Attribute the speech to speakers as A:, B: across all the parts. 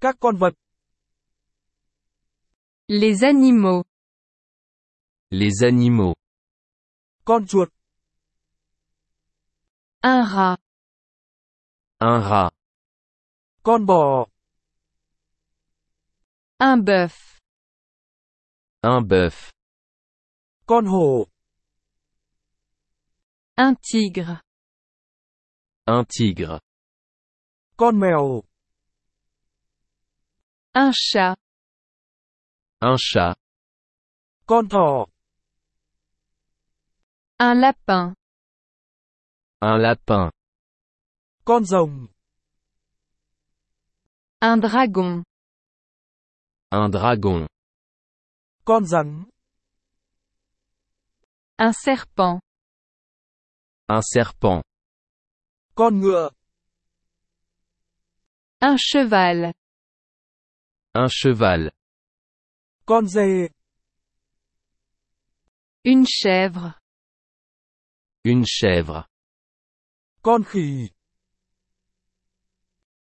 A: Các con vật,
B: Les animaux.
C: Les animaux.
A: con chuột,
B: Un rat.
C: Un rat.
A: con bò,
B: Un bœuf.
C: Un bœuf.
A: con hổ,
B: Un tigre.
C: Un tigre.
A: con mèo,
B: Un chat.
C: Un chat.
A: con thỏ,
B: Un lapin.
C: Un lapin.
A: con rồng,
B: Un dragon.
C: Un dragon.
A: con rắn,
B: Un serpent.
C: Un serpent.
A: con ngựa,
B: Un cheval.
C: Un cheval.
A: con dê,
B: Une chèvre.
C: Une chèvre.
A: con khỉ,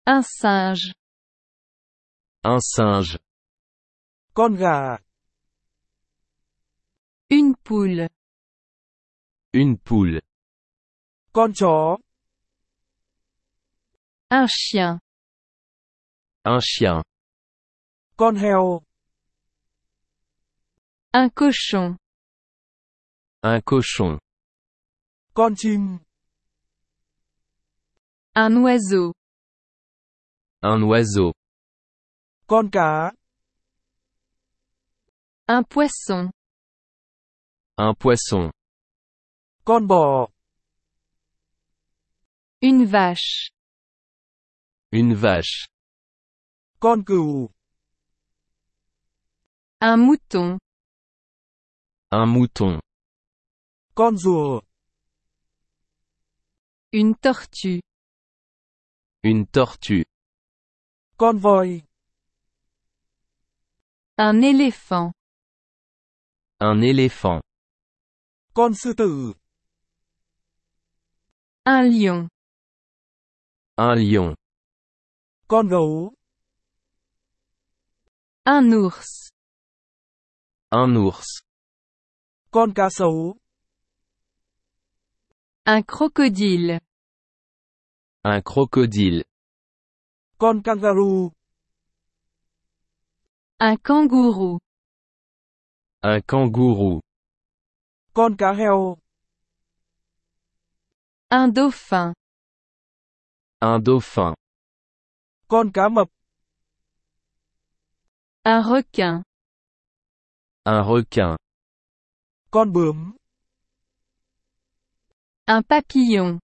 B: Un singe.
C: Un singe.
A: con gà,
B: Une poule.
C: Une poule.
A: con chó,
B: Un chien.
C: Un chien.
A: con heo,
B: Un cochon.
C: Un cochon.
A: con chim,
B: Un oiseau.
C: Un oiseau.
A: con cá,
B: Un poisson.
C: Un poisson.
A: con bò,
B: Une vache.
C: Une vache.
A: con cừu,
B: Un mouton.
C: Un mouton.
A: con rùa,
B: Une tortue.
C: Une tortue.
A: con voi,
B: Un éléphant.
C: Un éléphant.
A: con sư tử,
B: Un lion.
C: Un lion.
A: con gấu,
B: Un ours.
C: Un ours.
A: con cá sấu,
B: Un crocodile.
C: Un crocodile.
A: con kangaroo,
B: Un kangourou.
C: Un kangourou.
A: con cá heo,
B: Un dauphin.
C: Un dauphin.
A: con cá mập,
B: Un requin.
C: Un requin.
A: con bướm,
B: Un papillon.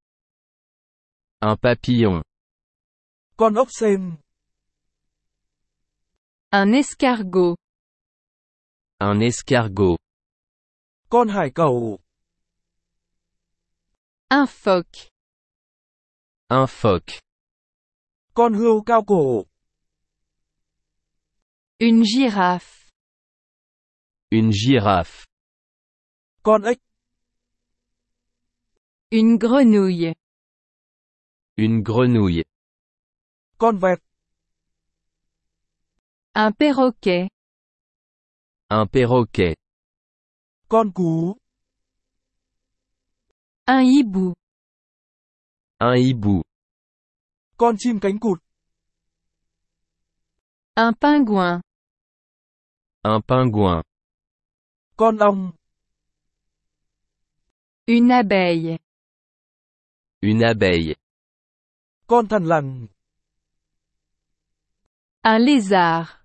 C: Un papillon.
A: con ốc sên,
B: Un escargot.
C: Un escargot.
A: con hải cẩu,
B: Un phoque.
C: Un phoque.
A: con hươu cao cổ,
B: Une girafe.
C: Une girafe.
A: con ếch,
B: Une grenouille.
C: Une grenouille.
A: con vẹt,
B: Un perroquet.
C: Un perroquet.
A: con cú,
B: Un hibou.
C: Un hibou.
A: con chim cánh cụt,
B: Un pingouin.
C: Un pingouin.
A: con ong,
B: Une abeille.
C: Une abeille.
A: con thằn lằn,
B: Un lézard.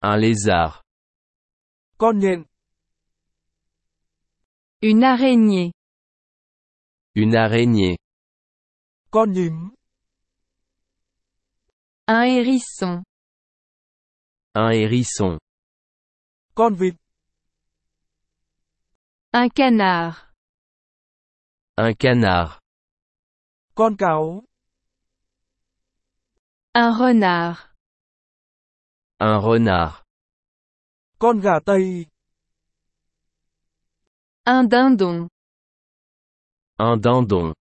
C: Un lézard.
A: con nhện,
B: Une araignée.
C: Une araignée.
A: con nhím,
B: Un hérisson.
C: Un hérisson.
A: con vịt,
B: Un canard.
C: Un canard.
A: con cáo,
B: Un renard.
C: Un renard.
A: con gà tây,
B: Un dindon.
C: Un dindon.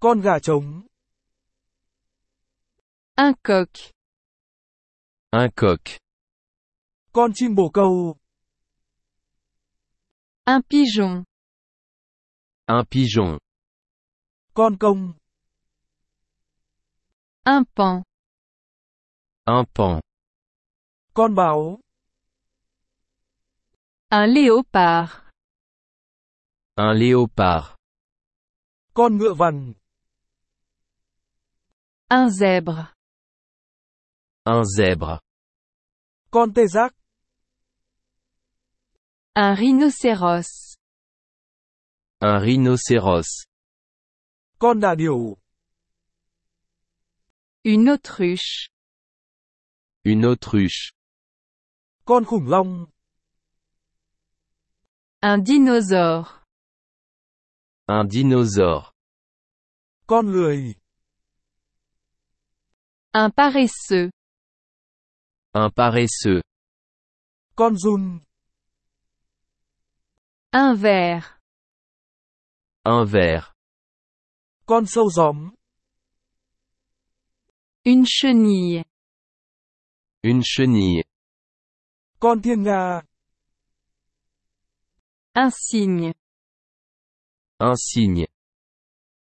A: con gà trống,
B: un coq,
C: un coq,
A: con chim bồ câu,
B: un pigeon,
C: un pigeon,
A: con công,
B: un pan,
C: un pan,
A: con báo,
B: un léopard,
C: un léopard,
A: con ngựa vằn,
B: un zèbre,
C: un zèbre,
A: con tê giác,
B: un rhinocéros,
C: un rhinocéros,
A: con đà điểu,
B: une autruche,
C: une autruche,
A: con khủng long,
B: un dinosaure,
C: un dinosaure,
A: con lười,
B: un paresseux,
C: un paresseux,
A: con run,
B: un ver,
C: un ver,
A: con sâu gióm,
B: une chenille,
C: une chenille,
A: con thiên nga,
B: un cygne.
C: un cygne,